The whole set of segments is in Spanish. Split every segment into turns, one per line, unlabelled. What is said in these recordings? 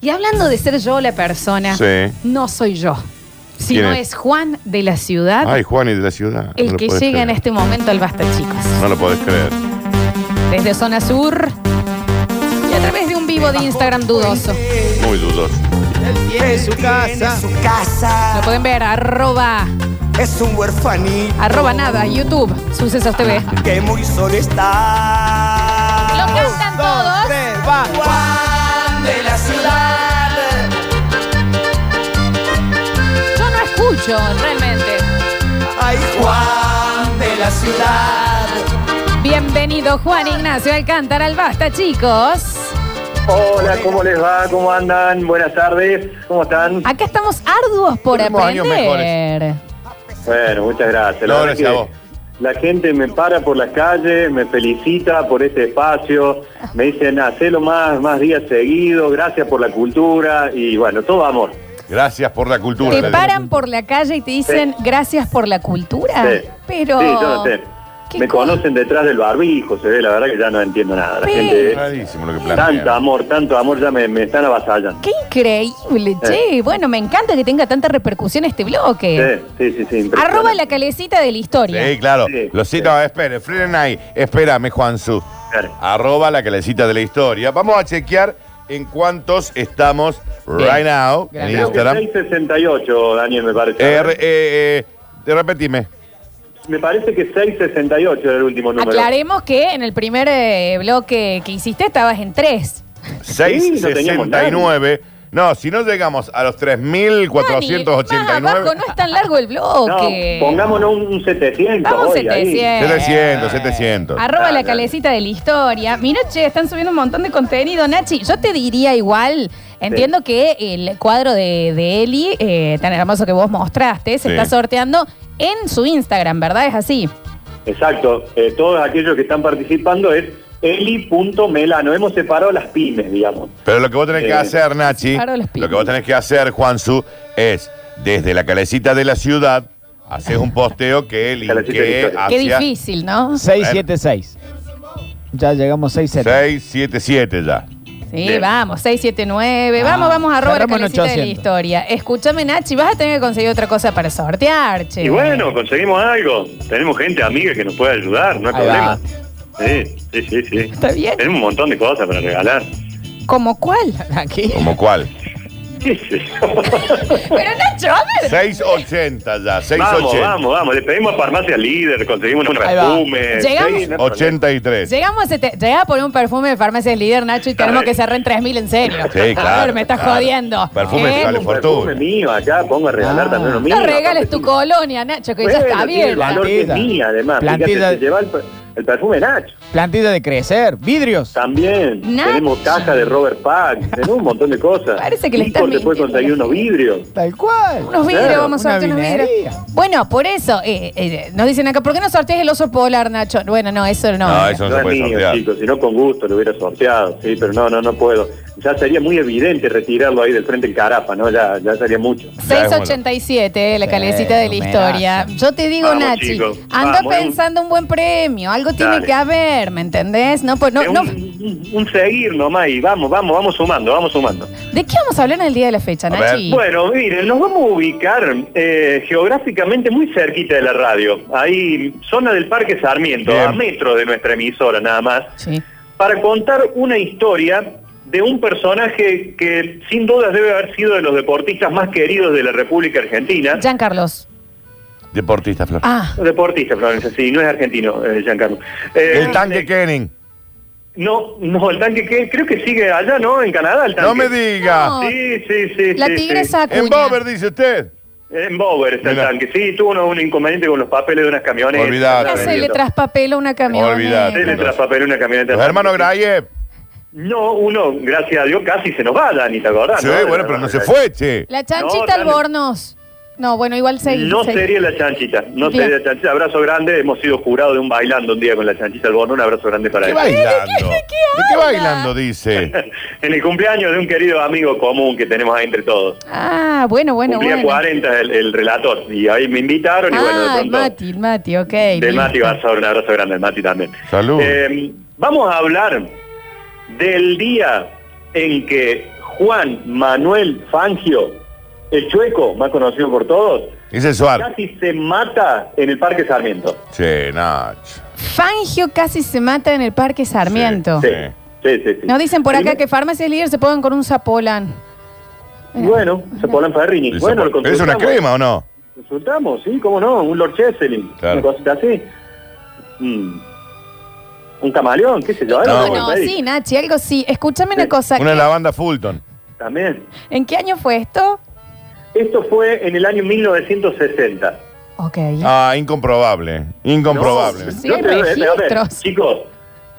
Y hablando de ser yo la persona,
Sí.
no soy yo,
¿Quién
sino
es?
es? Juan de la ciudad,
Ay, Juan y de la ciudad.
Ah, el
No lo
que llega
podés
en
creer.
este momento al Basta, chicos.
No lo podés creer.
Desde zona sur y a través de un vivo de Instagram dudoso.
Muy dudoso.
Tiene su casa.
Su casa
Lo pueden ver, arroba,
es un huerfanito
arroba nada, YouTube, Sucesos TV.
que muy solo está.
Lo cantan
Dos,
todos.
tres, va.
Juan de la ciudad.
Yo no escucho realmente.
Ay, Juan de la ciudad.
Bienvenido Juan Ignacio Alcántara al Basta, chicos.
Hola, ¿cómo les va? ¿Cómo andan? Buenas tardes, ¿cómo están?
Acá estamos arduos por
Últimos años
aprender.
Bueno, muchas gracias.
No,
verdad
gracias
que
a vos.
La gente me para por las calles, me felicita por este espacio, me dicen, hacelo más, más días seguidos, gracias por la cultura y bueno, todo amor.
Gracias por la cultura.
Te
le
paran por la calle y te dicen gracias por la cultura.
Sí.
Ah, Pero.
Sí, yo no sé.
¿Qué
Me
co-
conocen detrás del barbijo, se ve, la verdad que ya no entiendo nada. La
Sí.
digo.
gente,
Rarísimo lo que
tanto
plantea.
amor, tanto amor, ya me, me están avasallando.
Qué increíble, che. Bueno, me encanta que tenga tanta repercusión este bloque.
Sí, sí, sí, sí, impresionante.
Arroba la calecita de la historia.
Sí, claro.
Sí,
Los
sí.
citas, espere, frenen ahí. Espérame, Juanzu.
Claro.
Arroba la calecita de la historia. Vamos a chequear en cuántos estamos right now
Gran
en
número.
Instagram.
668, Daniel, me parece.
Eh, re- eh, eh, repetime.
Me parece que 668 era el último número.
Aclaremos que en el primer eh, bloque que hiciste estabas en tres.
no teníamos nadie.
669. No, si no llegamos a los
Dani, más abajo,
3.489.
no es tan largo el
No,
bloque.
pongámonos un, un 700
Vamos
hoy,
700.
ahí.
700, 700.
Arroba la
Dale, dale.
calecita de la historia. Mira, che, están subiendo un montón de contenido, Nachi. Yo te diría igual, entiendo que el cuadro de, de Eli, eh, tan hermoso que vos mostraste, se
Sí.
está sorteando en su Instagram, ¿verdad? Es así.
Exacto. Eh, todos aquellos que están participando es eli.melano. Hemos separado las pymes, digamos.
Pero lo que vos tenés que
Eh,
hacer, Nachi,
Paro los
lo
pibes.
que vos tenés que hacer, Juanzu, es desde la calecita de la ciudad, haces un posteo que
Calecita de
linkee
historia.
hacia
Qué difícil, ¿no?
676. Ya llegamos 676.
677 ya.
Sí,
Bien.
vamos, 679.
Ah,
vamos, vamos, arroba la
cerramos en
calecita de la
800.
historia. Escúchame, Nachi, vas a tener que conseguir otra cosa para sortear, che.
Y bueno, conseguimos algo. Tenemos gente amiga que nos puede ayudar, no hay
Ahí
problema. Sí, sí, sí, sí.
Está bien.
Tenemos un montón de cosas para regalar.
¿Cómo cuál?
Aquí.
¿Como cuál?
¿Qué es eso?
Pero Nacho, a ver.
680 ya, 680.
vamos, vamos, vamos. Le pedimos a Farmacia Líder, conseguimos un
Ahí va.
resumen.
Llegamos.
Sí, no hay problema.
83.
Llegamos a, sete- llegaba por un perfume de farmacias líder, Nacho, y tenemos
bien.
que cerrar en 3.000 en serio.
Sí, claro.
A ver, me estás
claro.
jodiendo.
Perfume
¿Eh?
sale
Un perfume
fortuna.
mío acá, pongo a regalar
Ah.
también lo mío.
No regales tu
Aparte,
colonia, Nacho, que
bueno,
ya está
tiene el
abierta.
valor que es
Plantilla.
mía, además.
Plantilla.
Fíjate, se lleva el, per- el perfume Nacho.
Plantilla de crecer. Vidrios.
También
Nacho.
tenemos caja de Robert Pack, tenemos un montón de cosas.
Parece que le
Nico
están
te puede
mintiendo
conseguir
a la
unos
gente.
vidrios.
Tal cual.
Unos vidrios,
Claro,
vamos a
una
sortear unos vidrios.
vinería.
Bueno, por eso, eh, eh, nos dicen acá, ¿por qué no sorteas el oso polar, Nacho? Bueno, no, eso no.
No, eso no
No
se
es
puede
mío,
sortear.
chicos, si no con gusto lo hubiera sorteado, sí, pero no, no, no puedo. Ya sería muy evidente retirarlo ahí del frente en Carapa, ¿no? Ya, ya sería mucho.
687, eh, la
Sí,
calecita de la
numerazo.
historia. Yo te digo,
Vamos,
Nachi,
chicos,
anda
vamos.
pensando un buen premio, algo tiene
Dale.
que haber, ¿me entendés? No, pues, no,
Es un,
no.
un- un seguir nomás y vamos, vamos, vamos sumando, vamos sumando.
¿De qué vamos a hablar en el día de la fecha,
A ver.
Nachi?
Bueno, miren, nos vamos a ubicar eh, geográficamente muy cerquita de la radio. Ahí, zona del Parque Sarmiento,
Bien.
a metros de nuestra emisora nada más,
Sí.
para contar una historia de un personaje que sin dudas debe haber sido de los deportistas más queridos de la República Argentina.
Jean Carlos.
Deportista, Flor.
Ah,
Deportista, Florencia, sí, no es argentino, eh, Giancarlo. Eh,
El tanque Kenning.
No, no, el tanque que creo que sigue allá, ¿no? En Canadá, el tanque.
No me diga.
No.
Sí, sí, sí.
la
sí, sí.
tigresa Acuña.
En Bober, dice usted.
En Bower está el
Mirá.
tanque. Sí, tuvo uno- un inconveniente con los papeles de unas camionetas.
Olvidate.
Ya
Claro,
se le
Benito.
traspapeló una camioneta.
Olvidate.
Se le traspapeló una camioneta.
Los hermanos Grayev.
No, uno, gracias a Dios, casi se nos va, Dani, ¿te acordás?
Sí,
Ah, no?
bueno, pero no se fue, che.
La chanchita
No, dale.
Albornoz. No, bueno, igual seguí.
No
seguí.
sería la chanchita, no
Bien.
sería la chanchita. Abrazo grande, hemos sido jurados de un bailando un día con la chanchita al bono. Un abrazo grande para
¿Qué
él.
bailando?
qué-
¿De qué
habla?
bailando, dice?
En el cumpleaños de un querido amigo común que tenemos ahí entre todos.
Ah, bueno, bueno,
Cumplía
bueno.
40 el, el relator y ahí me invitaron y bueno, de
ah, el
pronto...
Mati, el Mati, ok.
Del
listo.
Mati Garzón, un abrazo grande al Mati también.
Salud.
Em, Eh, vamos a hablar del día en que Juan Manuel Fangio, el chueco, más conocido por todos,
Ese es Suar.
casi se mata en el Parque Sarmiento.
Che, Nacho.
Fangio casi se mata en el Parque Sarmiento.
Sí,
Ah. Sí.
sí, sí. sí.
Nos dicen por acá
Primero-
que farmacias líder se pueden con un zapolan.
Bueno,
eh,
se ponen Ferrini. Bueno, lo
¿Es una
consultamos.
crema o no?
Consultamos, sí, cómo no, un Lord Cheselin,
Claro.
una cosita así. Mm. Un camaleón, qué sé yo. algo
No,
por
no,
Ah, ahí.
sí, Nachi, algo sí. Escúchame una
Sí,
cosa.
Una lavanda Fulton.
También.
¿En qué año fue esto?
Esto fue en el año 1960.
Ok.
Ah, incomprobable. Incomprobable.
Sí,
Yo te- este,
registros.
a ver, chicos,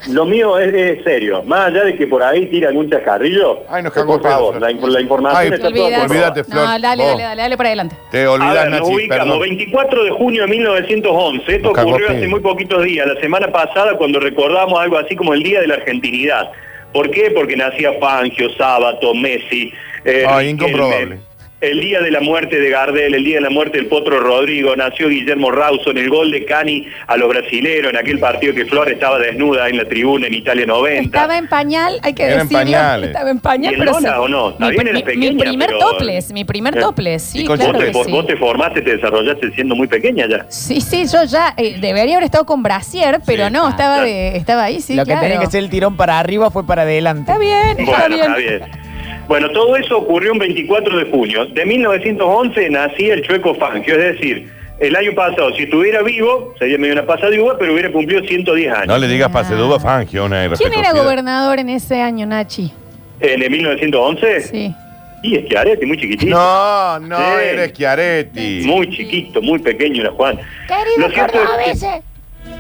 lo mío es, es serio. Más allá de que por ahí tiran un chascarrillo, pues,
Ay, nos cagó
por
el pedo,
favor,
Flor.
la, inf- la información
Ay,
está
Olvidate.
toda por
Olvídate, Flor.
No, dale,
Vos.
dale, dale, dale para adelante.
Te
A
olvidás,
ver, nos
Nachi,
ubicamos.
perdón.
24 de junio de 1911. Esto
Nos cagó
ocurrió hace
pedo.
muy poquitos días, la semana pasada, cuando recordamos algo así como el Día de la Argentinidad. ¿Por qué? Porque nacía Fangio, Sábato, Messi. eh,
Ay,
Riquelme.
incomprobable.
El día de la muerte de Gardel, el día de la muerte del Potro Rodrigo, nació Guillermo Rawson, el gol de Cani a los brasileros en aquel partido que Flor estaba desnuda en la tribuna en Italia 90.
Estaba en pañal, hay que
Era en
decirlo.
pañales.
Estaba en pañal,
¿Y en
pero
lona
sí.
o no? Está
Mi,
bien, era
mi-
pequeña,
mi primer
pero-
toples, mi primer
Eh.
toples, sí,
Y con
claro
vos, te,
que
vos-
sí.
vos te formaste, te desarrollaste siendo muy pequeña ya.
Sí, sí, yo ya eh, debería haber estado con brasier, pero
Sí,
no,
claro.
estaba de, estaba ahí, sí,
Lo
claro.
que tenía que ser el tirón para arriba fue para adelante.
Está bien, está
Bueno,
bien.
está bien. Bueno, todo eso ocurrió un 24 de junio. De 1911 nacía el Chueco Fangio, es decir, el año pasado, si estuviera vivo, sería medio una pasada de uva, pero hubiera cumplido 110 años.
No le digas pase de uva, Fangio, una
Ah. ¿Quién era
irreconocida.
gobernador en ese año, Nachi?
¿En el 1911?
Sí.
Y es que Arete, muy chiquitito.
No, no,
Sí.
eres Chiaretti.
Muy chiquito, muy pequeño era Juan.
Querido
Lo cierto
Córdoba,
es que-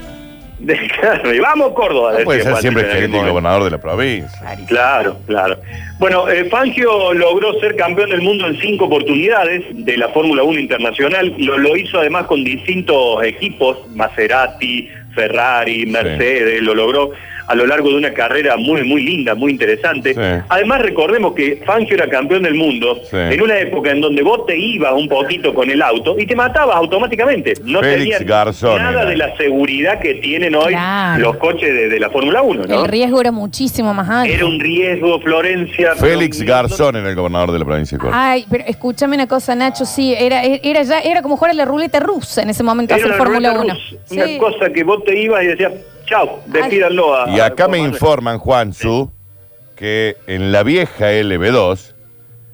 Claro, y vamos Córdoba.
No
decía
puede ser
Juan
siempre
en aquel
Chiaretti
momento.
gobernador de la provincia.
Claro, claro. Bueno, eh, Fangio logró ser campeón del mundo en cinco oportunidades de la Fórmula 1 internacional. Lo, lo hizo además con distintos equipos, Maserati, Ferrari, Mercedes, lo logró a lo largo de una carrera muy, muy linda, muy interesante.
Sí.
Además, recordemos que Fangio era campeón del mundo
Sí.
en una época en donde vos te ibas un poquito con el auto y te matabas automáticamente. No
Félix
tenías
Garzón
nada
era.
de la seguridad que tienen hoy
Claro.
los coches de, de la Fórmula 1, ¿no?
El riesgo era muchísimo más alto.
Era un riesgo, Florencia. pero-
Félix Garzón era el gobernador de la provincia de Córdoba.
Ay, pero escúchame una cosa, Nacho, sí, era, era ya, era como jugar a la ruleta rusa en ese momento,
Era
hacer
una
Fórmula
ruleta
1.
rusa, Una cosa que vos te ibas y decías, chao, despídanlo
Ah,
a.
Y acá
a-
me informan, Juanzu, que en la vieja LB2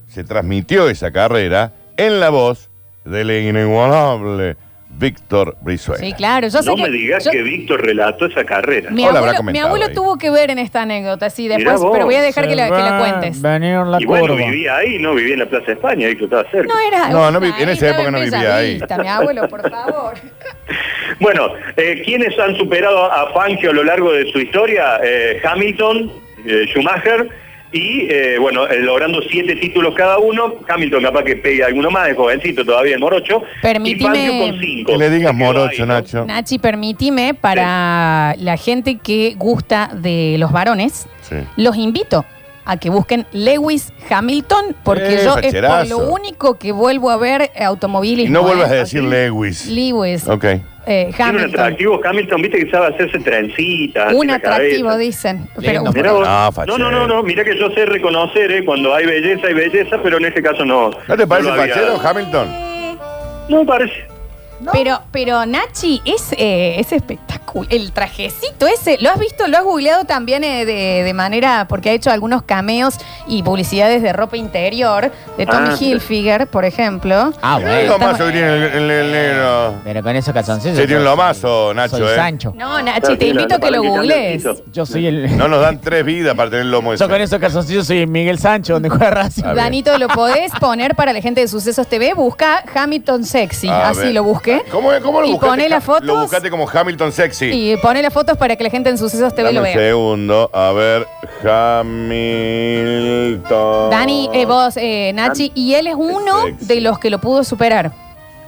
se transmitió esa carrera en la voz del inigualable Víctor Brizuela.
Sí, claro, yo sé
No
que...
me digas
yo-
que Víctor relató esa carrera.
Mi
O la habrá
abuelo, mi
comentado
abuelo
ahí.
tuvo que ver en esta anécdota, sí,
Mirá
después,
vos. eh,
pero voy a dejar que la, que la
Se
cuentes.
va, Vinieron la
Y bueno,
curva.
vivía ahí, no vivía en la Plaza de España, ahí que estaba cerca.
No era.
No, no vi- en esa época no vivía ahí.
Bellavista, Mi abuelo, por favor.
Bueno, eh, ¿quiénes han superado a Fangio a lo largo de su historia? Eh, Hamilton, eh, Schumacher y, eh, bueno, eh, logrando siete títulos cada uno. Hamilton capaz que pegue alguno más, es jovencito todavía, el morocho.
Permitime-
Y Fangio con cinco.
Que le digas
Se quedó
morocho,
ahí, ¿no?
Nacho.
Nachi, permitime, para la gente que gusta de los varones,
Sí.
los invito a que busquen Lewis Hamilton, porque
Eh,
yo es por
facherazo.
lo único que vuelvo a ver eh,
Y
automovilismo.
no vuelvas a
¿eh?
decir Lewis.
Lewis,
Ok.
eh,
Tiene un
Hamilton.
atractivo Hamilton, viste que sabe hacerse trencitas.
Un
en la
atractivo,
cabeza.
dicen. Pero,
Lindo,
Mirá vos.
Ah, fachero.
no, no, no, no, mira que yo sé reconocer, eh, cuando hay belleza, hay belleza, pero en este caso no.
¿No te parece
lo había-
fachero, Hamilton?
No me parece.
Pero, pero Nachi, es, eh, es espectacular. El trajecito ese, ¿lo has visto? ¿Lo has googleado también eh, de, de manera, porque ha hecho algunos cameos y publicidades de ropa interior, de Tommy
Ah.
Hilfiger, por ejemplo?
Ah,
El
bueno.
lomazo que tiene el, el- el negro.
Pero con esos calzoncillos.
Se tiene un
yo soy-
lomazo, Nacho,
Soy
eh.
Sancho.
No, Nachi, te invito a que lo googlees.
Yo soy el.
No nos dan tres vidas para tener el lomo ese.
Yo con esos calzoncillos soy el Miguel Sancho, donde juega Racing.
A ver.
Danito, lo podés poner para la gente de Sucesos TV. Busca Hamilton Sexy.
A
así
ver.
Ah, lo busqué.
¿Cómo, cómo lo
Y
buscaste?
pone las fotos.
Lo buscaste como Hamilton Sexy.
Y pone las fotos para que la gente en Sucesos TV
Dame
lo
un
vea.
segundo. A ver, Hamilton.
Dani, eh, vos, eh, Nachi, y él es uno
Sexy.
de los que lo pudo superar.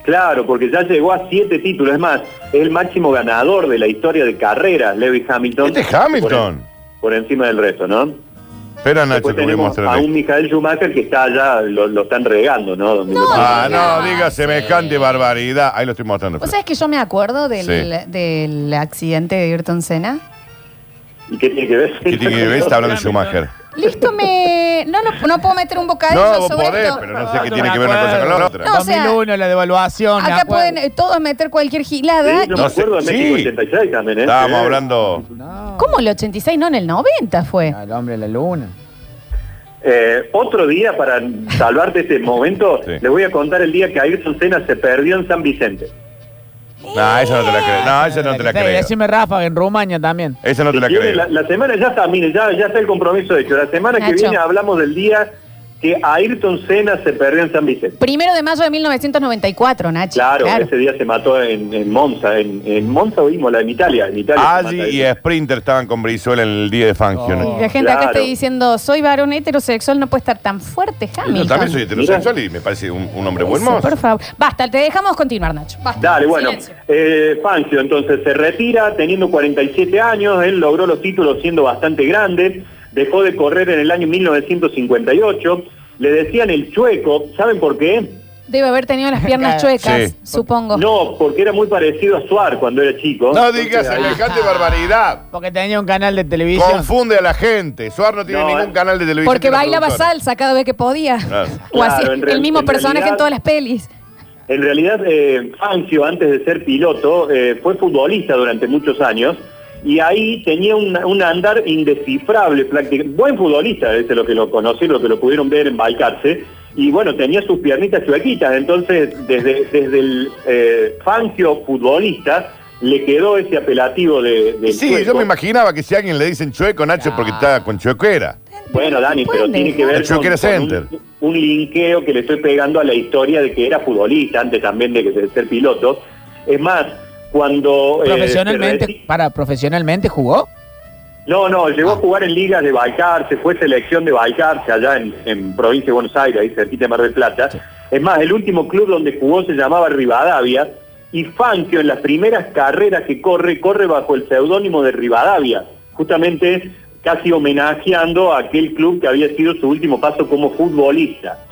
Claro, porque ya llegó a siete títulos. Es más, es el máximo ganador de la historia de carreras, Lewis Hamilton.
Este es Hamilton.
Por encima del resto, ¿no?
Espera, Nacho,
Después
que voy a
tenemos a
mostrarte.
un Michael Schumacher que está allá, lo, lo están regando, ¿no?
Ah, no,
no,
diga
sí.
semejante barbaridad. Ahí lo estoy mostrando.
¿Vos sabés que yo me acuerdo del,
Sí.
del accidente de Ayrton Senna?
¿Y qué tiene que ver?
¿Qué tiene que ver? Está hablando de Schumacher.
Listo, me. No, no, no puedo meter un bocadillo
No, vos
sobre
podés,
esto.
pero no sé qué
No
tiene
me
que ver una cosa con la
acuerdo.
otra.
No, o sea,
2001, la devaluación. me
Acá
acuerdo.
pueden eh, todos meter cualquier gilada.
Sí, yo
No
me
sé,
acuerdo de México
sí.
86 también, ¿eh?
Estábamos
Sí.
hablando.
No,
¿Cómo el 86? No, en el 90 fue.
al hombre de la luna.
Eh, otro día, para salvarte este momento,
Sí.
les voy a contar el día que Ayrton Senna se perdió en San Vicente.
No, esa no
Eh.
te la creo. No, Ah, esa no te la
Sí,
creo.
Decime Rafa, en Rumania también.
Esa no te
Si
la
quieren,
creo.
la, la semana ya está, miren, ya, ya está el compromiso hecho. La semana que
Nacho.
viene hablamos del día que Ayrton Senna se perdió en San Vicente.
Primero de mayo de 1994, Nachi.
Claro, ese día se mató en, en Monza, en, en Monza o Imola, en Italia. En Italia se
Agi
mata
Ah, y
eso.
Sprinter estaban con Brizuela en el día de Fangio. ¿no?
Y la gente acá
Claro.
está diciendo, soy varón heterosexual, no puede estar tan fuerte, Hamilton.
Yo también soy heterosexual y me parece un, un hombre buen
Eso,
mozo.
Por favor. Basta, te dejamos continuar, Nacho. Basta.
Dale, bueno,
Silencio.
eh, Fangio entonces se retira teniendo 47 años, él logró los títulos siendo bastante grande, dejó de correr en el año 1958, le decían el chueco, ¿saben por qué?
Debe haber tenido las piernas
Sí.
chuecas, supongo.
No, porque era muy parecido a Suar cuando era chico.
No digas
Entonces, ahí-
Ah.
semejante barbaridad.
Porque tenía un canal de televisión.
Confunde a la gente. Suar no tiene
No,
ningún
eh.
canal de televisión.
Porque
tiene
bailaba
productora.
salsa cada vez que podía.
Claro.
O así,
Claro, en real-
el mismo
en
personaje en
realidad-
todas las pelis.
En realidad, eh, Fangio, antes de ser piloto, eh, fue futbolista durante muchos años y ahí tenía un, un andar indescifrable, práctica- buen futbolista, es lo que lo conocí, lo que lo pudieron ver en Balcarce, y bueno, tenía sus piernitas chuequitas, entonces desde, desde el eh, Fangio futbolista le quedó ese apelativo de... de
Y Sí,
chueco.
yo me imaginaba que si a alguien le dicen chueco, Nacho, es porque está con chuequera.
Bueno, Dani, pero
Pueden
tiene que
dejar.
ver
El Chuequera Center.
un, un linkeo que le estoy pegando a la historia de que era futbolista antes también de, que- de ser piloto. Es más, cuando... eh,
Profesionalmente,
se reti-
para profesionalmente jugó.
no, no, llegó a jugar en ligas de Balcarce, fue selección de Balcarce allá en, en provincia de Buenos Aires, ahí cerquita de Mar del Plata. Es más, el último club donde jugó se llamaba Rivadavia y Fangio en las primeras carreras que corre, corre bajo el seudónimo de Rivadavia, justamente casi homenajeando a aquel club que había sido su último paso como futbolista.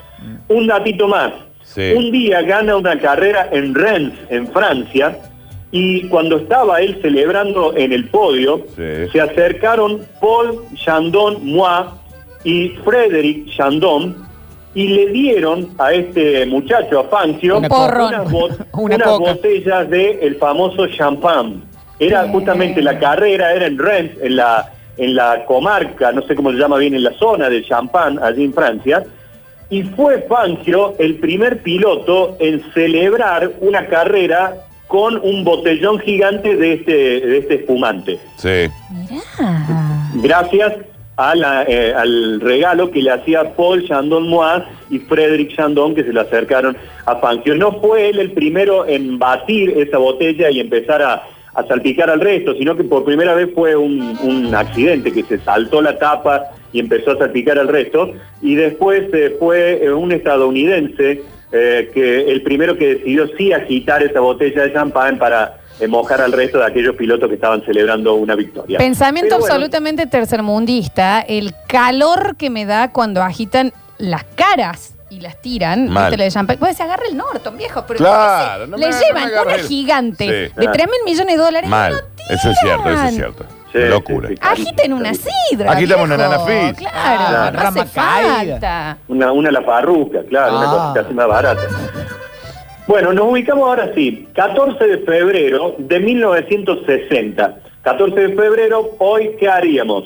Un datito más,
Sí.
un día gana una carrera en Rennes, en Francia, y cuando estaba él celebrando en el podio,
Sí.
se acercaron Paul Chandon Moi y Frédéric Chandon y le dieron a este muchacho, a Fancio,
Una
porrón.
unas, bo-
Una
unas
coca.
botellas del el famoso champán. Era justamente la carrera, era en Rennes, en la, en la comarca, no sé cómo se llama bien, en la zona del champán, allí en Francia. Y fue Fangio el primer piloto en celebrar una carrera con un botellón gigante de este, de este espumante.
Sí.
Mirá.
Gracias a la, eh, al regalo que le hacía Paul Chandon Moaz y Frederick Chandon que se le acercaron a Fangio. No fue él el primero en batir esa botella y empezar a, a salpicar al resto, sino que por primera vez fue un, un accidente que se saltó la tapa y empezó a salpicar al resto. Y después eh, fue eh, un estadounidense eh, que el primero que decidió sí agitar esa botella de champán para eh, mojar al resto de aquellos pilotos que estaban celebrando una victoria.
Pensamiento
Pero bueno,
absolutamente tercermundista. El calor que me da cuando agitan las caras y las tiran.
Mal.
¿viste lo de champagne? Puedes decir, agarra el Norton, viejo. Pero
Claro,
¿qué
no
sé? le
me- no
llevan
me agarra
una
el-
gigante
Sí.
de 3 mil millones de dólares. y
Mal.
lo tiran.
Eso es cierto, eso es cierto.
Sí,
Locura.
sí, sí.
Agiten una sidra.
Agitame una
viejo.
nana fizz.
Claro,
Ah,
no hace
rama caída.
falta.
Una, una la parruca, claro, una
Ah.
cosita así más barata. Bueno, nos ubicamos ahora sí, 14 de febrero de 1960. 14 de febrero, hoy, ¿qué haríamos?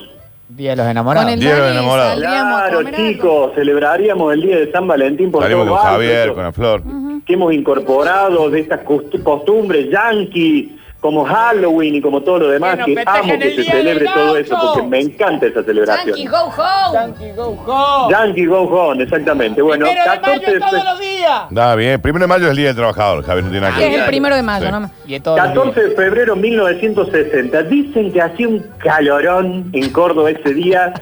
Día de los enamorados.
Con el
Diego
Dani
enamorado.
saldríamos a
Claro,
comer algo.
chicos, celebraríamos el Día de San Valentín por
Salimos
todos
con
lados,
Javier,
eso
con la flor.
que hemos incorporado de estas costu- costumbres yankee, como Halloween y como todo lo demás,
Bueno,
que
festejen
amo que
el
se
Día del
celebre todo eso,
Gaucho.
porque me encanta esa celebración.
Yankee, go home.
Yankee Go Home, exactamente. Bueno, 14 de fe-
días.
Da bien. Primero de mayo es el día del trabajador, Javier, no tiene nada que
Que es
ver.
el primero de mayo,
Sí.
no más.
Y es todo.
14 de febrero de 1960. Dicen que hacía un calorón en Córdoba ese día.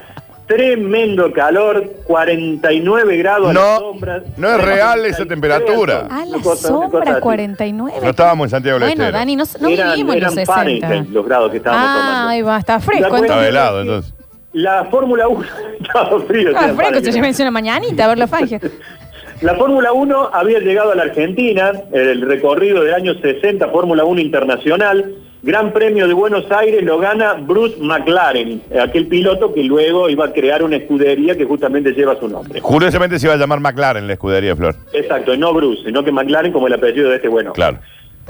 Tremendo calor, 49 grados a las
No,
sombras.
no es real esa
33
temperatura.
al sol.
A Ah, la
Una cosa- una cosa
sombra,
así.
49.
No estábamos en Santiago del
Bueno,
Estero.
Dani, no, no
eran,
vivimos en los
eran
60.
Fahrenheit los grados que estábamos
Ah,
tomando.
ahí va, está fresco.
Está
Estaba
bueno.
entonces.
helado, entonces.
La Fórmula 1 estaba frío.
Ah,
estaba
fresco,
pálido.
yo mencioné mañanita a ver la fagia.
La Fórmula 1 había llegado a la Argentina, el recorrido del año 60, Fórmula 1 Internacional, Gran Premio de Buenos Aires lo gana Bruce McLaren, aquel piloto que luego iba a crear una escudería que justamente lleva su nombre.
Curiosamente se iba a llamar McLaren la escudería, Flor.
Exacto, no Bruce, sino que McLaren como el apellido de este bueno.
Claro.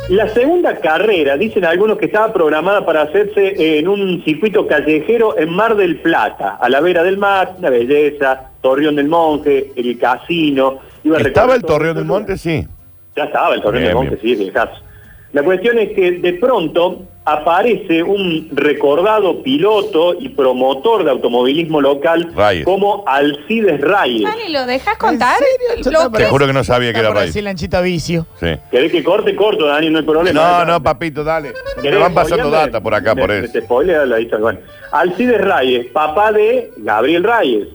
La segunda carrera, dicen algunos que estaba programada para hacerse en un circuito callejero en Mar del Plata, a la vera del mar, la belleza, Torreón del Monte, el casino. Iba a
¿Estaba
recorrer
el
todo
Torreón
eso.
del Monte? Sí.
Ya estaba el Torreón
Bien,
del Monte,
bien.
sí, viejazo. La cuestión es que de pronto aparece un recordado piloto y promotor de automovilismo local
Reyes.
como Alcides Reyes.
Vale, ¿lo dejas contar?
serio? Yo
Lo
estaba
que-
Te juro que no sabía que
Está
era
por
Reyes.
decir lanchita vicio.
Sí.
¿Querés que corte corto, Dani? No hay problema.
No, no, papito, dale. Me van pasando
Spoilearme.
data por acá, por
Me-
eso.
Te spoilea la historia. Bueno, Alcides Reyes, papá de Gabriel Reyes,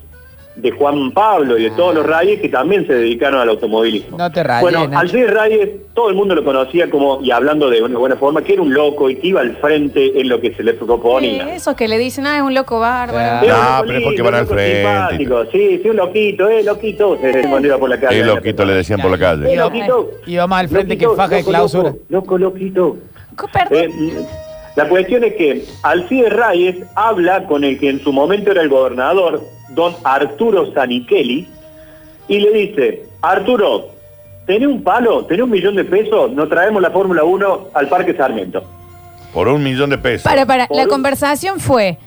de Juan Pablo y de todos los Reyes que también se dedicaron al automovilismo.
Ah. No te rayes,
Bueno,
Nacho.
Alcides Reyes, todo el mundo lo conocía como, y hablando de una buena forma, que era un loco y que iba al frente en lo que se le proponía.
Eh, esos que le dicen, ah, es un loco bárbaro.
Claro.
Era un
No,
loco
pero es
lindo,
porque van
un
al
loco
frente y
simpático. Sí, sí, un loquito, eh, loquito. Se escondía por la calle.
Es loquito, le decían por la
Eh,
calle.
loquito.
Y va más al frente
Loquito,
que faja de
loco,
clausura.
Loco, loco, loquito.
Co- Perdón.
Eh, la cuestión es que Alcides Reyes habla con el que en su momento era el gobernador, don Arturo Zanichelli, y le dice, Arturo, ¿tenés un palo? ¿Tenés un millón de pesos? Nos traemos la Fórmula 1 al Parque Sarmiento.
Por un millón de pesos.
Para, para, la
Por-
conversación fue,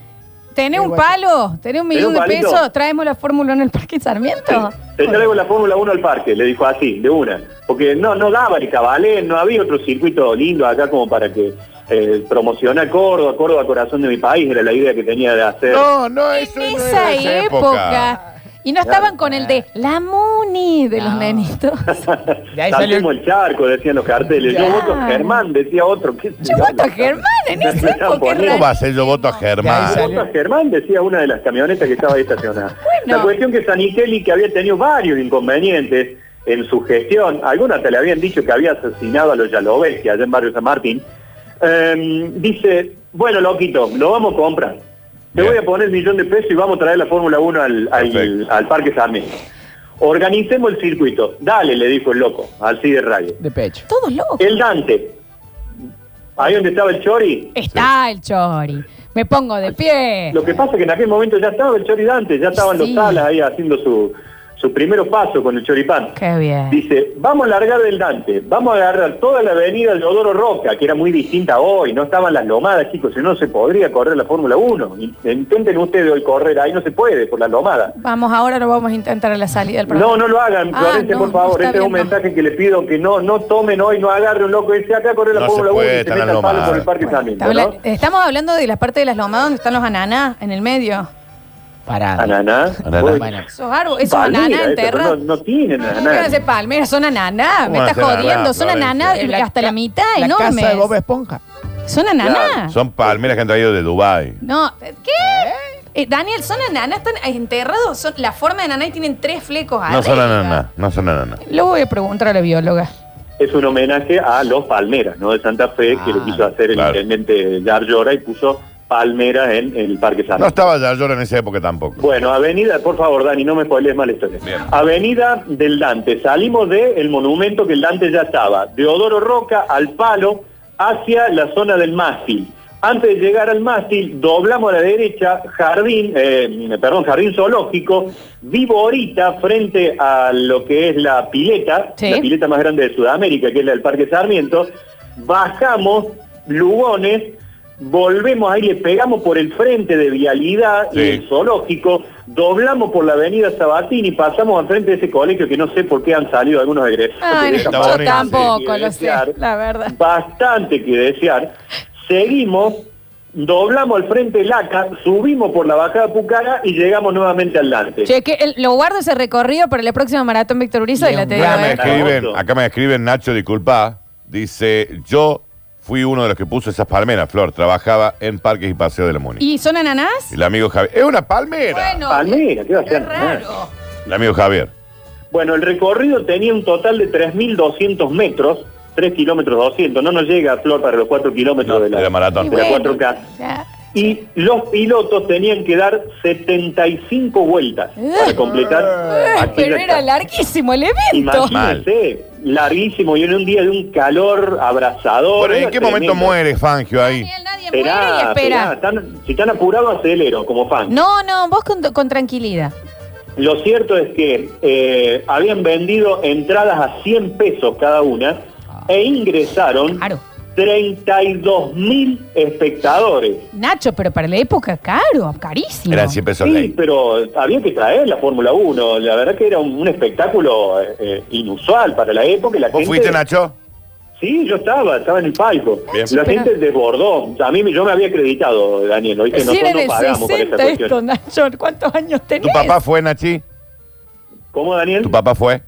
¿tenés
Sí,
un
guacho.
palo? ¿Tenés un millón
un
de
palito?
pesos? Traemos la Fórmula 1 al Parque Sarmiento.
Te traigo la Fórmula 1 al parque, le dijo así, de una. Porque no, no daba el cabalé, no había otro circuito lindo acá como para que eh, promocionar Córdoba, Córdoba corazón de mi país, era la idea que tenía de hacer.
No, no,
En
eso no
esa
era esa época.
época. Y no estaban con el de la Muni de los
No.
nenitos.
De ahí salió
Saltemos
el-
el charco, decían los carteles. Yo
Claro.
voto a Germán, decía otro. ¿Qué sé
Yo voto a Germán en
Me
esa
estaban
época.
poniendo-
¿Cómo va a ser yo voto a
ahí
Germán?
salió.
Voto a Germán, decía una de las camionetas que estaba ahí estacionada.
Bueno.
La cuestión que Sanitelli, que había tenido varios inconvenientes en su gestión, algunas te le habían dicho que había asesinado a los Yalovesky allá en Barrio San Martín, em, dice, bueno, loquito, lo vamos a comprar. Te
Bien.
voy a poner el millón de pesos y vamos a traer la Fórmula 1 al, al,
Perfecto.
al Parque Sarmiento. Organicemos el circuito. Dale, le dijo el loco, al Cide Rayo.
de pecho.
Todos locos.
El Dante. Ahí donde estaba el Chori.
Eh. Está el chori. Me pongo de pie.
Lo que pasa es que en aquel momento ya estaba el Chori Dante, ya estaban
Sí.
los Salas ahí haciendo su, su primeros pasos con el Choripán.
Qué bien.
Dice, vamos a largar del Dante, vamos a agarrar toda la avenida de Odoro Roca, que era muy distinta a hoy, no estaban las lomadas, chicos, si no se podría correr la Fórmula 1. In- Intenten ustedes hoy correr, ahí no se puede, por las lomadas.
Vamos, ahora lo vamos a intentar a la salida del programa.
No, no lo hagan,
Ah,
Florencia,
no,
por favor.
está
Este es un
bien, no.
mensaje que le pido que no no tomen hoy, no agarre un loco ese acá, corre la
No se
Fórmula 1 y
puede,
se
están
meta
las
al palo por
lomadas.
el Parque Sarmiento,
Habla-
¿no?
Estamos hablando de la parte de las lomas donde están los ananás en el medio.
Parado.
Ananá.
Ananá.
Voy-
Bueno,
Esos árboles, esos
Palmera,
ananá Ah,
esto, pero
enterrados.
No, no tienen ananá.
Palmeras de palmera, son ananá, me
¿Cómo
estás
van a ser
jodiendo,
ananá,
son
Florencia?
ananá
En la
hasta
ca-
la mitad,
la
enormes.
casa de Bob Esponja.
Son ananá.
Claro,
Son palmeras que han traído de Dubái.
No, eh, ¿qué? Eh, Daniel, son ananá, están enterrados, son la forma de ananá y tienen tres flecos
No son
arriba.
ananá, no son ananá.
Lo voy a preguntar a la bióloga.
Es un homenaje a los palmeras, ¿no? De Santa Fe, que
Ah,
lo quiso hacer el
claro.
intendente Yar Llora y puso palmeras en, el Parque San
No estaba Yayora en esa época tampoco.
Bueno, avenida, por favor, Dani, no me spoilees mal esto.
Bien.
Avenida del Dante. Salimos del monumento que el Dante ya estaba. De Odoro Roca al Palo hacia la zona del mástil. Antes de llegar al mástil, doblamos a la derecha, jardín, eh, perdón, jardín zoológico, Viborita, frente a lo que es la pileta,
Sí.
la pileta más grande de Sudamérica, que es la del Parque Sarmiento, bajamos Lugones, volvemos ahí, le pegamos por el frente de vialidad y
Sí.
el zoológico, doblamos por la avenida Sabatini y pasamos al frente de ese colegio que no sé por qué han salido algunos egresados.
Ay,
que
Ah, no,
está
dejan
yo
bonito,
tampoco lo
que
sé,
desear,
la verdad.
Bastante que desear. Seguimos, doblamos al frente de Laca, subimos por la bajada Pucara y llegamos nuevamente al Dante.
Che, que el- lo guardo ese recorrido para la próxima maratón Víctor Uriza y
Bien,
la te digo,
Acá me
¿eh?
Claro,
escriben,
otro.
acá me escriben Nacho, disculpa. Dice, yo fui uno de los que puso esas palmeras, Flor. Trabajaba en parques y paseos de la Muni.
¿Y son ananás?
El amigo Javier. Es una palmera.
Bueno,
Palmera, ¿qué va a
qué
hacer?
raro.
El amigo Javier.
Bueno, el recorrido tenía un total de 3.200 metros, 3 kilómetros 200, no nos llega Flor para los 4 kilómetros de, la,
de la maratón.
Y
de la
bueno,
4K.
ya.
Y los pilotos tenían que dar 75 vueltas para completar
Pero
aquella
Eh, era larguísimo el evento.
Imagínense, larguísimo y en un día de un calor abrasador.
Bueno, ¿y ¿en
era
qué
tremendo.
momento muere Fangio ahí?
Daniel, nadie muere y
Esperá,
espera.
esperá, están- si están apurados, acelero, como fan.
No, no, vos con, con tranquilidad.
Lo cierto es que eh, habían vendido entradas a 100 pesos cada una e ingresaron
Claro.
32 mil espectadores.
Nacho, pero para la época caro, carísimo.
Eran 100 pesos
Sí,
ley.
pero había que traer la Fórmula 1. La verdad que era un, un espectáculo eh, eh, inusual para la época. y La
¿Vos
gente-
fuiste, Nacho?
Sí, yo estaba, estaba en el palco.
Bien.
La
Pero-
gente desbordó. A mí me- yo me había acreditado, Daniel, hoy que
Si
nosotros
eres
no
de
pagamos por esta
60 esto,
cuestión.
Nacho, ¿cuántos años
¿Tu
tenés?
papá fue, Nachi?
¿Cómo, Daniel?
¿Tu papá fue?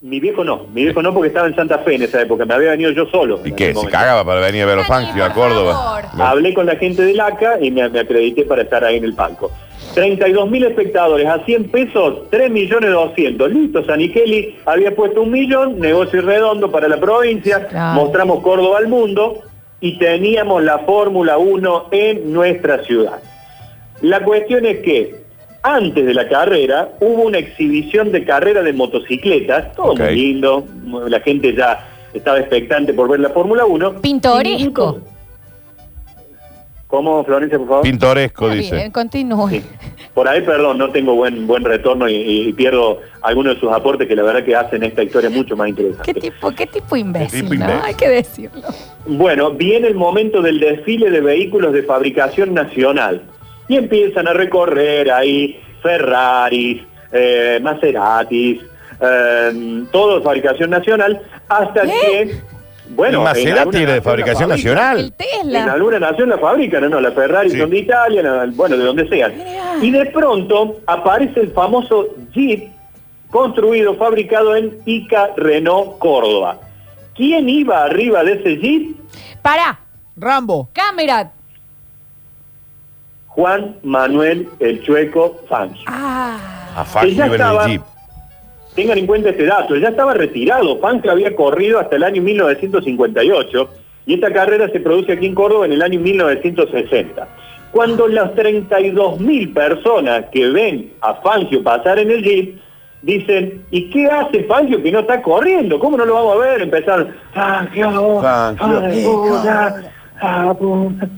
Mi viejo no, mi viejo no porque estaba en Santa Fe en esa época, me había venido yo solo.
¿Y
en
qué?
aquel
¿Se
momento.
cagaba para venir a ver a
Dani,
Fangio a
por
Córdoba?
favor.
Hablé con la gente del ACA y me, me acredité para estar ahí en el palco. 32 mil espectadores a 100 pesos, 3 millones 200. Listo, Sanichelli había puesto un millón, negocio redondo para la provincia,
Claro.
mostramos Córdoba al mundo y teníamos la Fórmula 1 en nuestra ciudad. La cuestión es que antes de la carrera hubo una exhibición de carrera de motocicletas, todo
Ok.
muy lindo, la gente ya estaba expectante por ver la Fórmula 1.
Pintoresco.
¿Cómo, Florencia, por favor?
Pintoresco,
Está
dice.
bien, continúe.
Sí. Por ahí, perdón, no tengo buen buen retorno y, y pierdo algunos de sus aportes que la verdad que hacen esta historia mucho más
¿Qué
interesante.
tipo, qué tipo imbécil,
tipo
¿no?
imbécil.
Hay que decirlo.
Bueno, viene el momento del desfile de vehículos de fabricación nacional y empiezan a recorrer ahí Ferraris, eh, Maseratis, eh, todo de fabricación nacional, hasta que...
el
Bueno, en
Maserati
alguna
era de
nación la
fabricación
fabrican.
El
nacional.
En
Tesla.
alguna nación la fabrican, ¿no? no, la Ferrari
Sí.
son de Italia, la- bueno, de donde sean.
Mirá.
Y de pronto aparece el famoso Jeep construido, fabricado en Ica Renault Córdoba. ¿Quién iba arriba de ese Jeep?
Pará,
Rambo.
cámara.
Juan Manuel El Chueco Fangio.
Ah,
A Fangio
Ella
en el
estaba-
Jeep.
Tengan en cuenta este dato, ya estaba retirado, Fangio había corrido hasta el año 1958 y esta carrera se produce aquí en Córdoba en el año 1960. Cuando las 32.000 personas que ven a Fangio pasar en el jeep dicen, ¿y qué hace Fangio que no está corriendo? ¿Cómo no lo vamos a ver? Empezaron, Fangio,
Fangio,
ay, puta, ah, puta".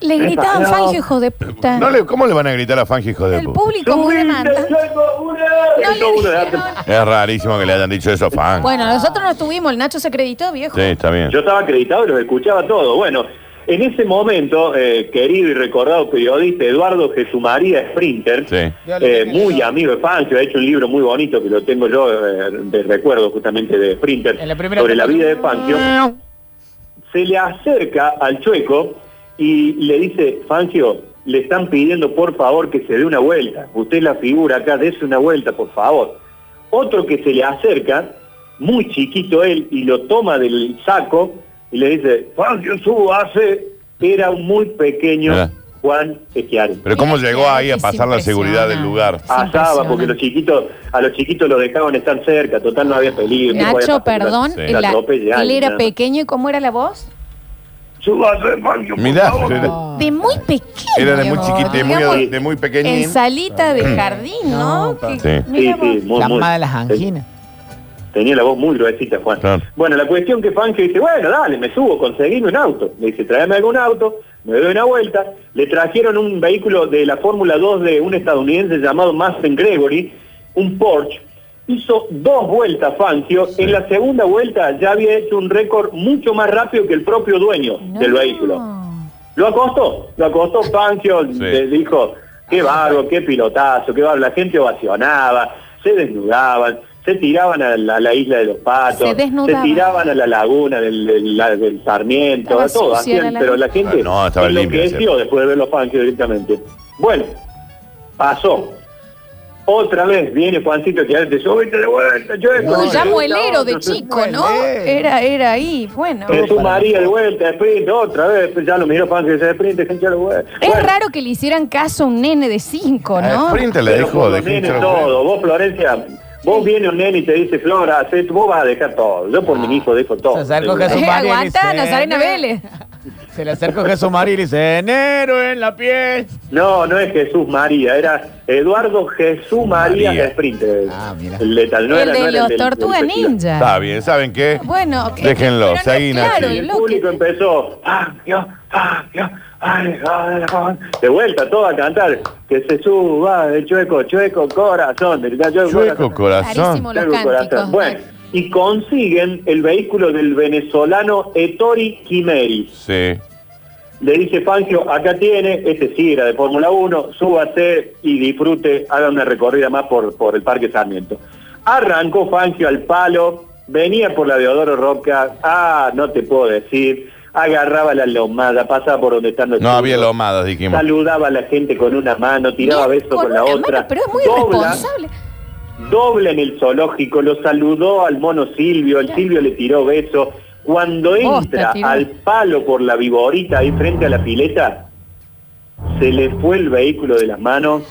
le gritaban
Pará.
Fangio, hijo de puta.
No le- ¿Cómo le van a gritar a Fangio, hijo de
el
puta?
público muy
"Subite,
demanda.
Chueco, una".
No
Eso
le
uno de arte.
dijeron.
Es rarísimo que le hayan dicho eso a Fangio.
Bueno, nosotros no estuvimos, el Nacho se acreditó, viejo.
Sí, está bien.
Yo estaba acreditado y los escuchaba todo. Bueno, en ese momento, eh, querido y recordado periodista Eduardo Jesumaría Sprinter,
Sí.
eh, muy amigo de Fangio, ha hecho un libro muy bonito que lo tengo yo eh, de recuerdo justamente de Sprinter
En la primera
sobre la
etapa.
vida de Fangio,
Ah.
se le acerca al chueco y le dice, Fangio, le están pidiendo por favor que se dé una vuelta. Usted es la figura acá, dése una vuelta, por favor. Otro que se le acerca, muy chiquito él, y lo toma del saco y le dice, Fangio, subase. Era un muy pequeño
Mirá.
Juan Echiari.
Pero ¿cómo
Mira,
llegó ahí a
es
pasar la seguridad del lugar?
impresionante.
Pasaba porque
impresionante.
los chiquitos, a los chiquitos los dejaban estar cerca, total no había peligro. no podía
Nacho,
pasar
perdón,
Sí.
que
el-
la
la-
atropelle a
él
alguien,
era
nada más.
pequeño y cómo era la voz.
Súbase, Fangio, por
Mirá,
favor.
Ah.
era-
De muy pequeño.
era de muy chiquito, de muy,
Digamos,
de muy
En
pequeñín. Mm.
salita de jardín, ¿no?
No, pa-
Que-
Sí.
Sí,
mira vos.
sí, muy,
La
muy-
madre de las anginas.
Tenía la voz muy gruesita, Juan.
Claro.
Bueno, la cuestión que Fangio dice, bueno, dale, me subo, conseguime un auto. Le dice, tráeme algún auto, me doy una vuelta. Le trajeron un vehículo de la Fórmula 2 de un estadounidense llamado Masten Gregory, un Porsche. Hizo dos vueltas Fangio. En la segunda vuelta ya había hecho un récord mucho más rápido que el propio dueño
No.
del vehículo. Lo acostó, lo acostó Fangio, le dijo, qué barro, qué pilotazo, qué barro. La gente ovacionaba, se desnudaban, se tiraban a la, a la isla de los patos,
Se desnudaban.
tiraban a la laguna del, del- la- del Sarmiento,
Estaba
a todo,
sucia
hacían-
la
pero
laguna.
la gente
Ah, no, estaba limpia,
enloqueció después de ver los Fangio directamente. Bueno, pasó. Otra vez viene Juancito que te subiste de vuelta, yo
Uy, ya muelero de
No sé.
chico, ¿no?
muelero.
Era, era ahí, bueno.
Jesús María de vuelta, sprint, otra vez, ya lo miró Fangio, dice, sprint, ya lo vuelta.
Es
Bueno.
raro que le hicieran caso a un nene de 5,
A
¿no?
Sprinter Eh, le
Pero
dijo
cuando
de
viene
pinchar-
todo. Vos, Florencia, vos viene un nene y te dice, Flora, hacé- vos vas a dejar todo. Yo por mi hijo dejo todo.
Se acercó
Seguro.
Jesús.
Eh,
María
aguanta,
dice,
Nazarena
"Eh".
Vélez.
Se le acercó Jesús María y le dice, enero en la piel.
No, no es Jesús María, era Eduardo Jesús María,
María.
Sprinte.
Ah, mira.
El letal, no
el
era,
de
no era
los
del- del
Tortuga
festival.
Ninja.
Está bien, ¿saben qué?
Bueno, que-
Déjenlo,
pero no,
seguí,
claro,
Nachi.
Y el
lo que-
público empezó, "Ah, Dios, ah, Dios, ay, ay, ay". de vuelta todo a cantar, que se suba el chueco, chueco corazón, del gallo
Chueco corazón.
Clarísimo. Los
Chueco
cánticos,
Bueno,
Nachi.
y consiguen el vehículo del venezolano Ettore Quimeri.
Sí.
Le dice Fangio, acá tiene, este sí era de Fórmula 1, súbase y disfrute, haga una recorrida más por, por el Parque Sarmiento. Arrancó Fangio al palo, venía por la Deodoro Roca, ah, no te puedo decir, agarraba la lomada, pasaba por donde están los
No había
chicos,
lomadas, dijimos.
Saludaba a la gente con una mano, tiraba
Bien,
besos con, la
una
otra.
mano, pero es muy
dobla,
irresponsable.
dobla en el zoológico, lo saludó al mono Silvio, el Silvio le tiró beso. Cuando
Posta,
entra
tiró.
al palo por la viborita ahí frente a la pileta, se le fue el vehículo de las manos,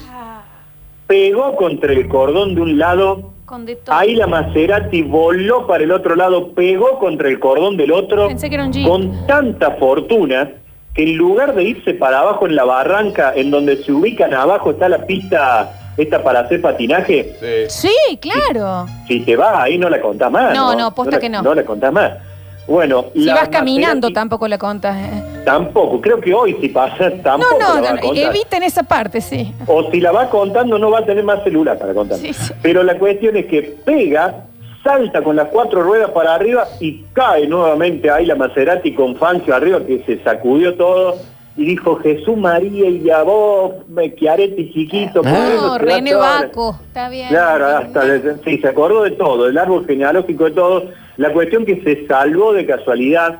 pegó contra el cordón de un lado,
Con de todo.
ahí la Maserati voló para el otro lado, pegó contra el cordón del otro,
Pensé que era un jeep.
con tanta fortuna que en lugar de irse para abajo en la barranca, en donde se ubican abajo está la pista esta para hacer patinaje,
Sí.
Sí, claro.
si te vas ahí no la contás más.
No, no, posta
la-
que no.
No la contás más. Bueno,
Si
la
vas caminando
Maserati
tampoco la contas. eh.
tampoco, creo que hoy si pasa
No,
tampoco
no,
la va a
no,
contar. Ah,
eviten esa parte, sí.
O si la va contando no va a tener más celular para contar.
Sí, sí.
Pero la cuestión es que pega, salta con las cuatro ruedas para arriba y cae nuevamente ahí la Maserati con Fangio arriba que se sacudió todo y dijo Jesús María y a vos, me Chiaretti chiquito. por eso
No,
te va
René
todo".
Baco, está bien.
Claro, hasta sí, se acordó de todo, el árbol genealógico de todo. La cuestión que se salvó de casualidad,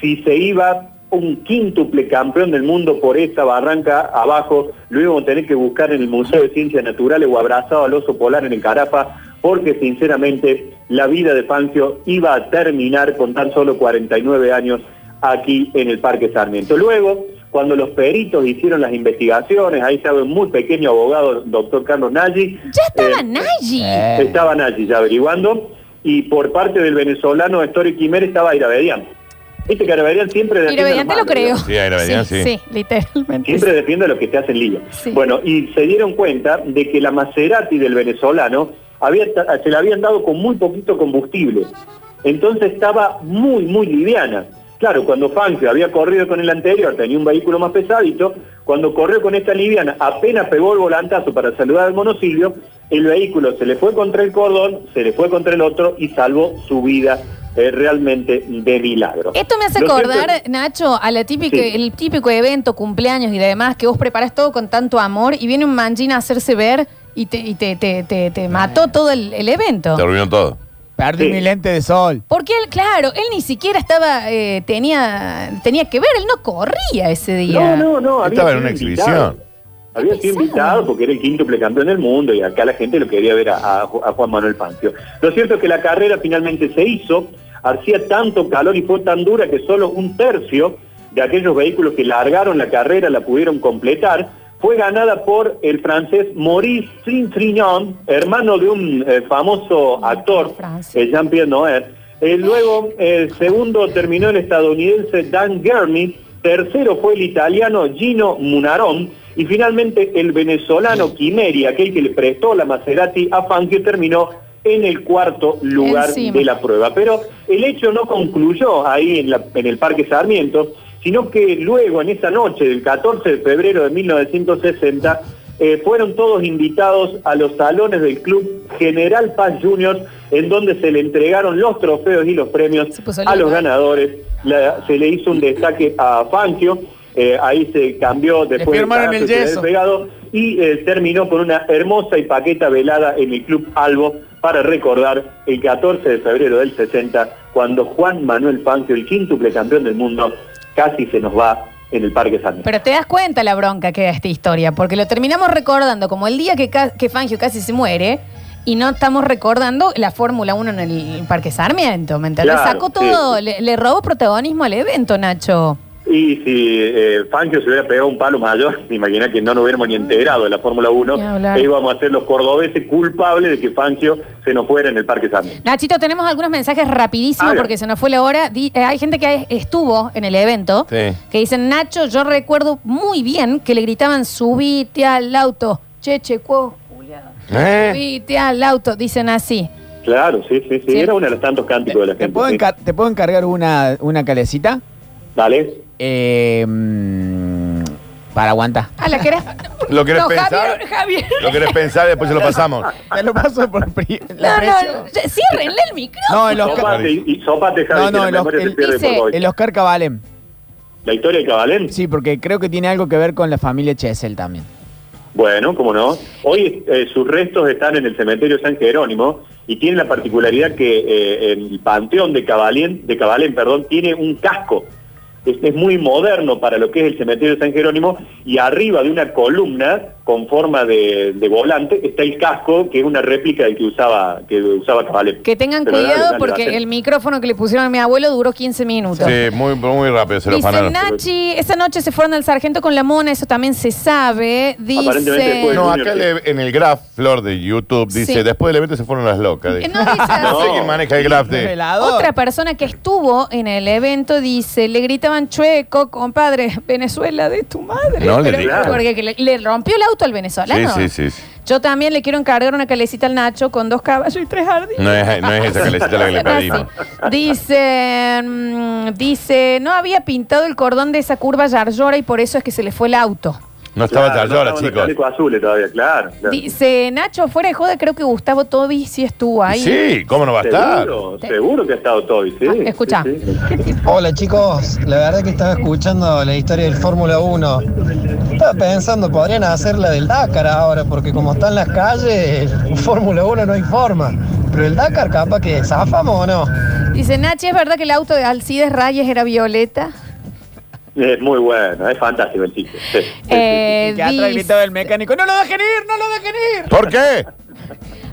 si se iba un quíntuple campeón del mundo por esta barranca abajo, lo íbamos a tener que buscar en el Museo de Ciencias Naturales o abrazado al oso polar en el Carapa, porque sinceramente la vida de Pancio iba a terminar con tan solo 49 años aquí en el Parque Sarmiento. Luego, cuando los peritos hicieron las investigaciones, ahí sabe un muy pequeño abogado, doctor Carlos Nagy,
Ya estaba
eh,
Nagy.
Eh.
Estaban allí ya averiguando y por parte del venezolano Story Quimer estaba Airabedian. Viste que Airabedian siempre defiende a
Irabedian,
los
te lo
malos,
creo.
digamos.
Sí, Irabedian, sí.
Sí, literalmente.
Siempre defiende a los que te hacen lío.
Sí.
Bueno, y se dieron cuenta de que la Maserati del venezolano había, ta- se la habían dado con muy poquito combustible. Entonces estaba muy, muy liviana. Claro, cuando Fangio había corrido con el anterior, tenía un vehículo más pesadito, cuando corrió con esta liviana, apenas pegó el volantazo para saludar al monosilio, el vehículo se le fue contra el cordón, se le fue contra el otro y salvó su vida eh, realmente de milagro.
Esto me hace
Lo cierto
acordar,
es-
Nacho, a la típica,
Sí.
el típico evento, cumpleaños y demás, que vos preparás todo con tanto amor y viene un manjín a hacerse ver y te, y te, te- te- te mató todo el, el evento.
Te arruinó todo.
Perdí
Sí.
mi lente de sol.
Porque él, claro, él ni siquiera estaba, eh, tenía, tenía que ver, él no corría ese día.
No, no, no. había
Estaba en
sido
una
invitado.
exhibición.
Había sido
Pesado.
invitado porque era el quíntuple campeón del mundo y acá la gente lo quería ver a, a Ju- a Juan Manuel Pancio. Lo cierto es que la carrera finalmente se hizo, hacía tanto calor y fue tan dura que solo un tercio de aquellos vehículos que largaron la carrera la pudieron completar. Fue ganada por el francés Maurice Trintignant, hermano de un eh, famoso actor,
Francia.
eh, Jean-Pierre Noël. Eh, luego, el segundo terminó el estadounidense Dan Gurney, tercero fue el italiano Gino Munarón y finalmente el venezolano Quimeri, aquel que le prestó la Maserati a Fangio, terminó en el cuarto lugar
Encima.
de la prueba. Pero el hecho no concluyó ahí en, la- en el Parque Sarmiento, sino que luego, en esa noche del 14 de febrero de 1960, eh, fueron todos invitados a los salones del club General Paz Juniors, en donde se le entregaron los trofeos y los premios
Se puso
a
lindo,
los
¿eh?
ganadores. La- se le hizo un destaque a Fangio, eh, ahí se cambió después de
firmaron
que
el
le
yeso.
había pegado, y eh, terminó con una hermosa y paqueta velada en el Club Albo para recordar el 14 de febrero del 60, cuando Juan Manuel Fangio, el quíntuple campeón del mundo, casi se nos va en el Parque San Miguel.
Pero te das cuenta la bronca que da esta historia, porque lo terminamos recordando como el día que, ca- que Fangio casi se muere y no estamos recordando la Fórmula 1 en el Parque Sarmiento, ¿me entendés?
Claro,
Sacó
sí,
todo,
sí.
le, le robó protagonismo al evento, Nacho.
Y si eh, Fangio se hubiera pegado un palo mayor, imagina que no nos hubiéramos ni enterado de la Fórmula 1,
Ni hablar.
e íbamos a ser los cordobeses culpables de que Fangio se nos fuera en el Parque San.
Nachito, tenemos algunos mensajes rapidísimos
Ah,
Haga.
porque se nos fue la hora. Di- eh, hay gente que estuvo en el evento
Sí.
que dicen, Nacho, yo recuerdo muy bien que le gritaban, subite al auto, che, che, cuo, Julián.
¿Eh?
subite al auto, dicen así.
Claro, sí, sí, sí,
Sí.
Era uno de los tantos cánticos de la gente.
¿Te puedo,
sí.
encar- te puedo encargar una, una calecita?
Dale.
Eh, mm, para aguantar.
Ah, la querés.
¿Lo querés
no,
pensar?
Javier, Javier.
¿Lo querés pensar y después se lo pasamos?
Te lo paso por pri- la
No,
presión.
no, ya- ciérrenle el micrófono.
No, en los, ca-
Sopate, y, y sopate, Javi,
No,
que
no,
la
el-
memoria
el-
se pierde
dice-
por hoy.
en los Carcabalem.
¿La historia de Cabalén?
Sí, porque creo que tiene algo que ver con la familia Chesel también.
Bueno, cómo no. Hoy eh, sus restos están en el cementerio San Jerónimo y tiene la particularidad que eh, el panteón de Cabalén, de Cabalén, perdón, tiene un casco. Es, es muy moderno para lo que es el cementerio San Jerónimo y arriba de una columna con forma de, de volante está el casco que es una réplica del que usaba que usaba Cabalén.
Que tengan
Pero dale,
cuidado
dale,
porque
dale.
el micrófono que le pusieron a mi abuelo duró 15 minutos.
Sí, muy, muy rápido se lo
Dice
panaron.
Nachi, esa noche se fueron al sargento con la mona, eso también se sabe.
Aparentemente
Dice.
después.
No, acá le- en el graph, Flor de YouTube, dice,
Sí.
después del evento se fueron las locas.
Eh,
dice.
no, dice así.
No sé quién maneja el graph de...
Revelador.
Otra persona que estuvo en el evento dice, le gritaban chueco, compadre, Venezuela de tu madre.
No, le
Pero-
digo.
Porque que le, le rompió el auto al venezolano.
Sí, sí, sí. sí.
Yo también le quiero encargar una calecita al Nacho con dos caballos y tres jardines.
No es, no es esa calecita la que le pedimos.
Dice, mm, dice, no había pintado el cordón de esa curva Yarlora y por eso es que se le fue el auto.
No estaba
Claro,
Yarlora,
no estaban los
chicos.
chalecos azules todavía, claro. claro.
Dice, Nacho, fuera de joda, creo que Gustavo Tobi sí estuvo ahí.
Sí, ¿cómo no va a estar?
Seguro, seguro que ha estado todo, sí.
Ah, escucha.
sí, sí.
Hola chicos, la verdad que estaba escuchando la historia del Fórmula 1. Estaba pensando, podrían hacer la del Dakar ahora, porque como están las calles, Fórmula 1 no hay forma. Pero el Dakar capaz que zafamos o no.
Dice, Nachi, ¿es verdad que el auto de Alcides Reyes era violeta?
Es muy bueno, es fantástico el chiste. sí, sí, sí.
Eh,
Que atrás
dice-
gritaba el mecánico, ¡no lo dejen ir, no lo dejen ir!
¿Por qué?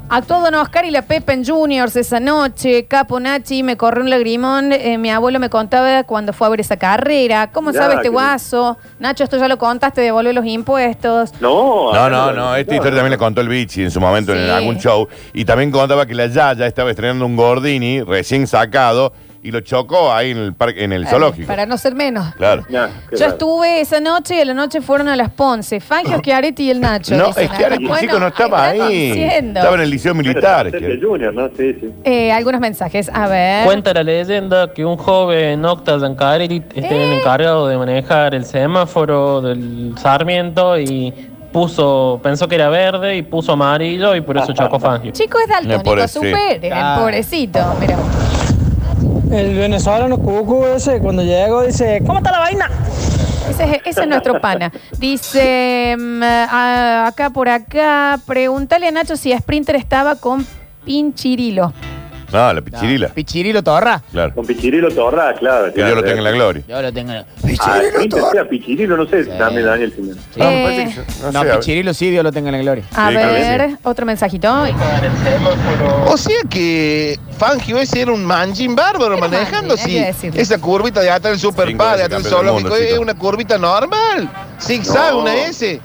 Actuó Don Oscar y la Pepe en Juniors esa noche. Capo Nachi me corrió un lagrimón. Eh, mi abuelo me contaba cuando fue a ver esa carrera. ¿Cómo
Ya,
sabe este
qué bien.
guaso? Nacho, esto ya lo contaste, devolvió los impuestos.
No,
No, no, no. Esta historia también la contó el Bichi en su momento en
Sí.
algún show. Y también contaba que la Yaya estaba estrenando un Gordini recién sacado y lo chocó ahí en el parque, en el
Eh,
zoológico.
Para no ser menos.
Claro.
Ya, qué
Yo
raro.
estuve esa noche y a la noche fueron a las Ponce. Fangio, Chiaretti y el Nacho.
No,
dicen
es que
acá.
ahora el
Bueno,
chico no estaba
¿qué están
ahí.
diciendo?
Estaba en el liceo
Pero
militar.
Tarcetti
Schiaretti.
Junior, ¿no? Sí, sí.
Eh, algunos mensajes. A ver.
Cuenta la leyenda que un joven Octa Zancarelli estén este encargado de manejar el semáforo del Sarmiento y puso, pensó que era verde y puso amarillo y por eso chocó Fangio.
Chico es
Eh, pobre-
daltónico,
sí.
superen,
Ah.
pobrecito. Mira.
El venezolano cucu ese, cuando llego dice, ¿cómo está la vaina?
Ese es, ese es nuestro pana. Dice, mm, a- acá por acá, pregúntale a Nacho si Sprinter estaba con Pinchirilo.
Ah, No, la pichirila.
Pichirilo Torra.
Claro.
Con Pichirilo Torra, claro.
Que Dios lo tenga en la gloria.
Yo lo tengo.
Ah, Pinto, sea Pichirilo, no sé,
Sí.
dame Daniel. si me-
Sí.
No, me parece que yo- no
No,
sé, a-
Pichirilo sí, Dios lo tenga en la gloria.
A
Sí, creo que
Eh, ver, otro mensajito.
O sea que Fangio ese era un manjín bárbaro
Era
manejando
manjín, hay que
así.
decirlo.
Esa curvita de atrás del
Cinco veces
superpad, de atrás del
campeón del mundo,
zoológico, es
chico.
una curvita normal. Zigzag,
No.
una S.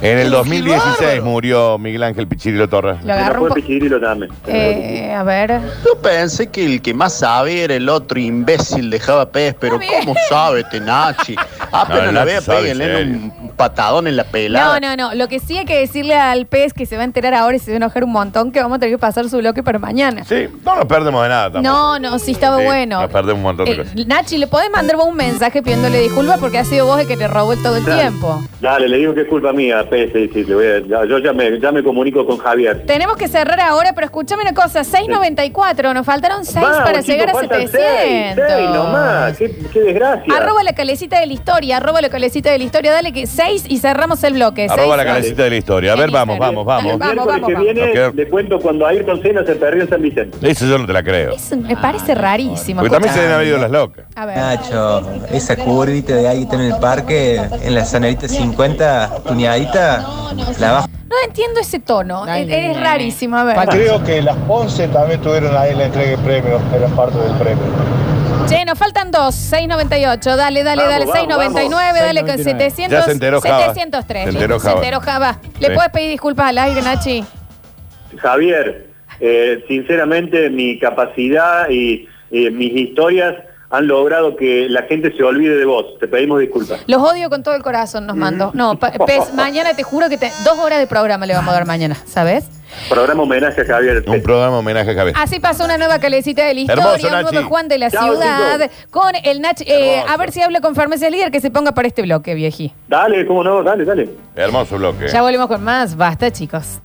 En el
Gil
2016
Bárbaro.
murió Miguel Ángel Pichirilo Torres.
Lo
Si no
agarro un
fue
po-
Pichirilo, dame.
Eh, a ver.
Yo pensé que el que más sabía era el otro imbécil de Java Pérez, pero
Está bien.
¿cómo sabe este Nachi?
No,
Apenas
el
la
Nachi
vea,
sabe,
péguenle
serio.
un patadón en la pelada.
No, no, no. Lo que sí hay que decirle al pez que se va a enterar ahora y se va a enojar un montón que vamos a tener que pasar su bloque para mañana.
Sí, no nos perdemos de nada tampoco.
No, no, sí estaba
Sí,
bueno.
nos perdemos un montón de
Eh,
cosas.
Nachi, ¿le podés mandar vos un mensaje pidiéndole disculpas porque ha sido vos el que te robó el todo el
Claro.
tiempo?
Dale, le digo que es culpa mía, pese, sí, le voy a- ya- yo ya me, ya me comunico con Javier.
Tenemos que cerrar ahora, pero escúchame una cosa, 6.94, nos faltaron 6
Vamos,
para
chicos,
llegar a
faltan
700.
seis, seis nomás, qué, qué desgracia.
Arroba la calecita de la historia, arroba la calecita de la historia, dale que 6 y cerramos el bloque.
Arroba la
Seis.
calecita de la historia. A ver,
En
vamos,
Instagram.
vamos,
Vamos,
vamos.
Miércoles
vamos,
que
vamos.
viene,
Ok.
le cuento cuando Ayrton Senna se perdió en San Vicente.
Eso yo no te la creo.
Eso me parece rarísimo.
Porque también se
escucha.
deben haber ido las locas.
A ver.
Nacho, esa curvita de ahí en el parque, en la zanarita 50, tuneadita, la baja.
No entiendo ese tono,
Ay,
es, es
no.
rarísimo, a ver.
Falta-
que las Ponce también tuvieron ahí la entrega de premios, el reparto del premio.
Che, nos faltan dos. 698. Dale, dale,
Vamos,
dale.
vamos,
699. Dale con
699.
700.
Ya se enteró Java.
703.
Se enteró Java.
Java. ¿Le
Sí.
puedes pedir disculpas al aire, Nachi?
Javier, eh, sinceramente mi capacidad y eh, mis historias han logrado que la gente se olvide de vos. Te pedimos disculpas.
Los odio con todo el corazón, nos mando. No, pa- Pez, mañana te juro que te- dos horas de programa le vamos a dar mañana, ¿sabes?
Programa homenaje a Javier.
Un programa homenaje a cabeza.
Así pasó una nueva calecita de la historia,
Hermoso,
un nuevo
Nachi.
Juan de la
Chao,
ciudad, con el Nachi. eh,
Hermoso.
a ver si habla con Farmacia Líder que se ponga para este bloque, vieji.
Dale, cómo no, dale, dale.
Hermoso bloque.
Ya volvemos con más. Basta, chicos.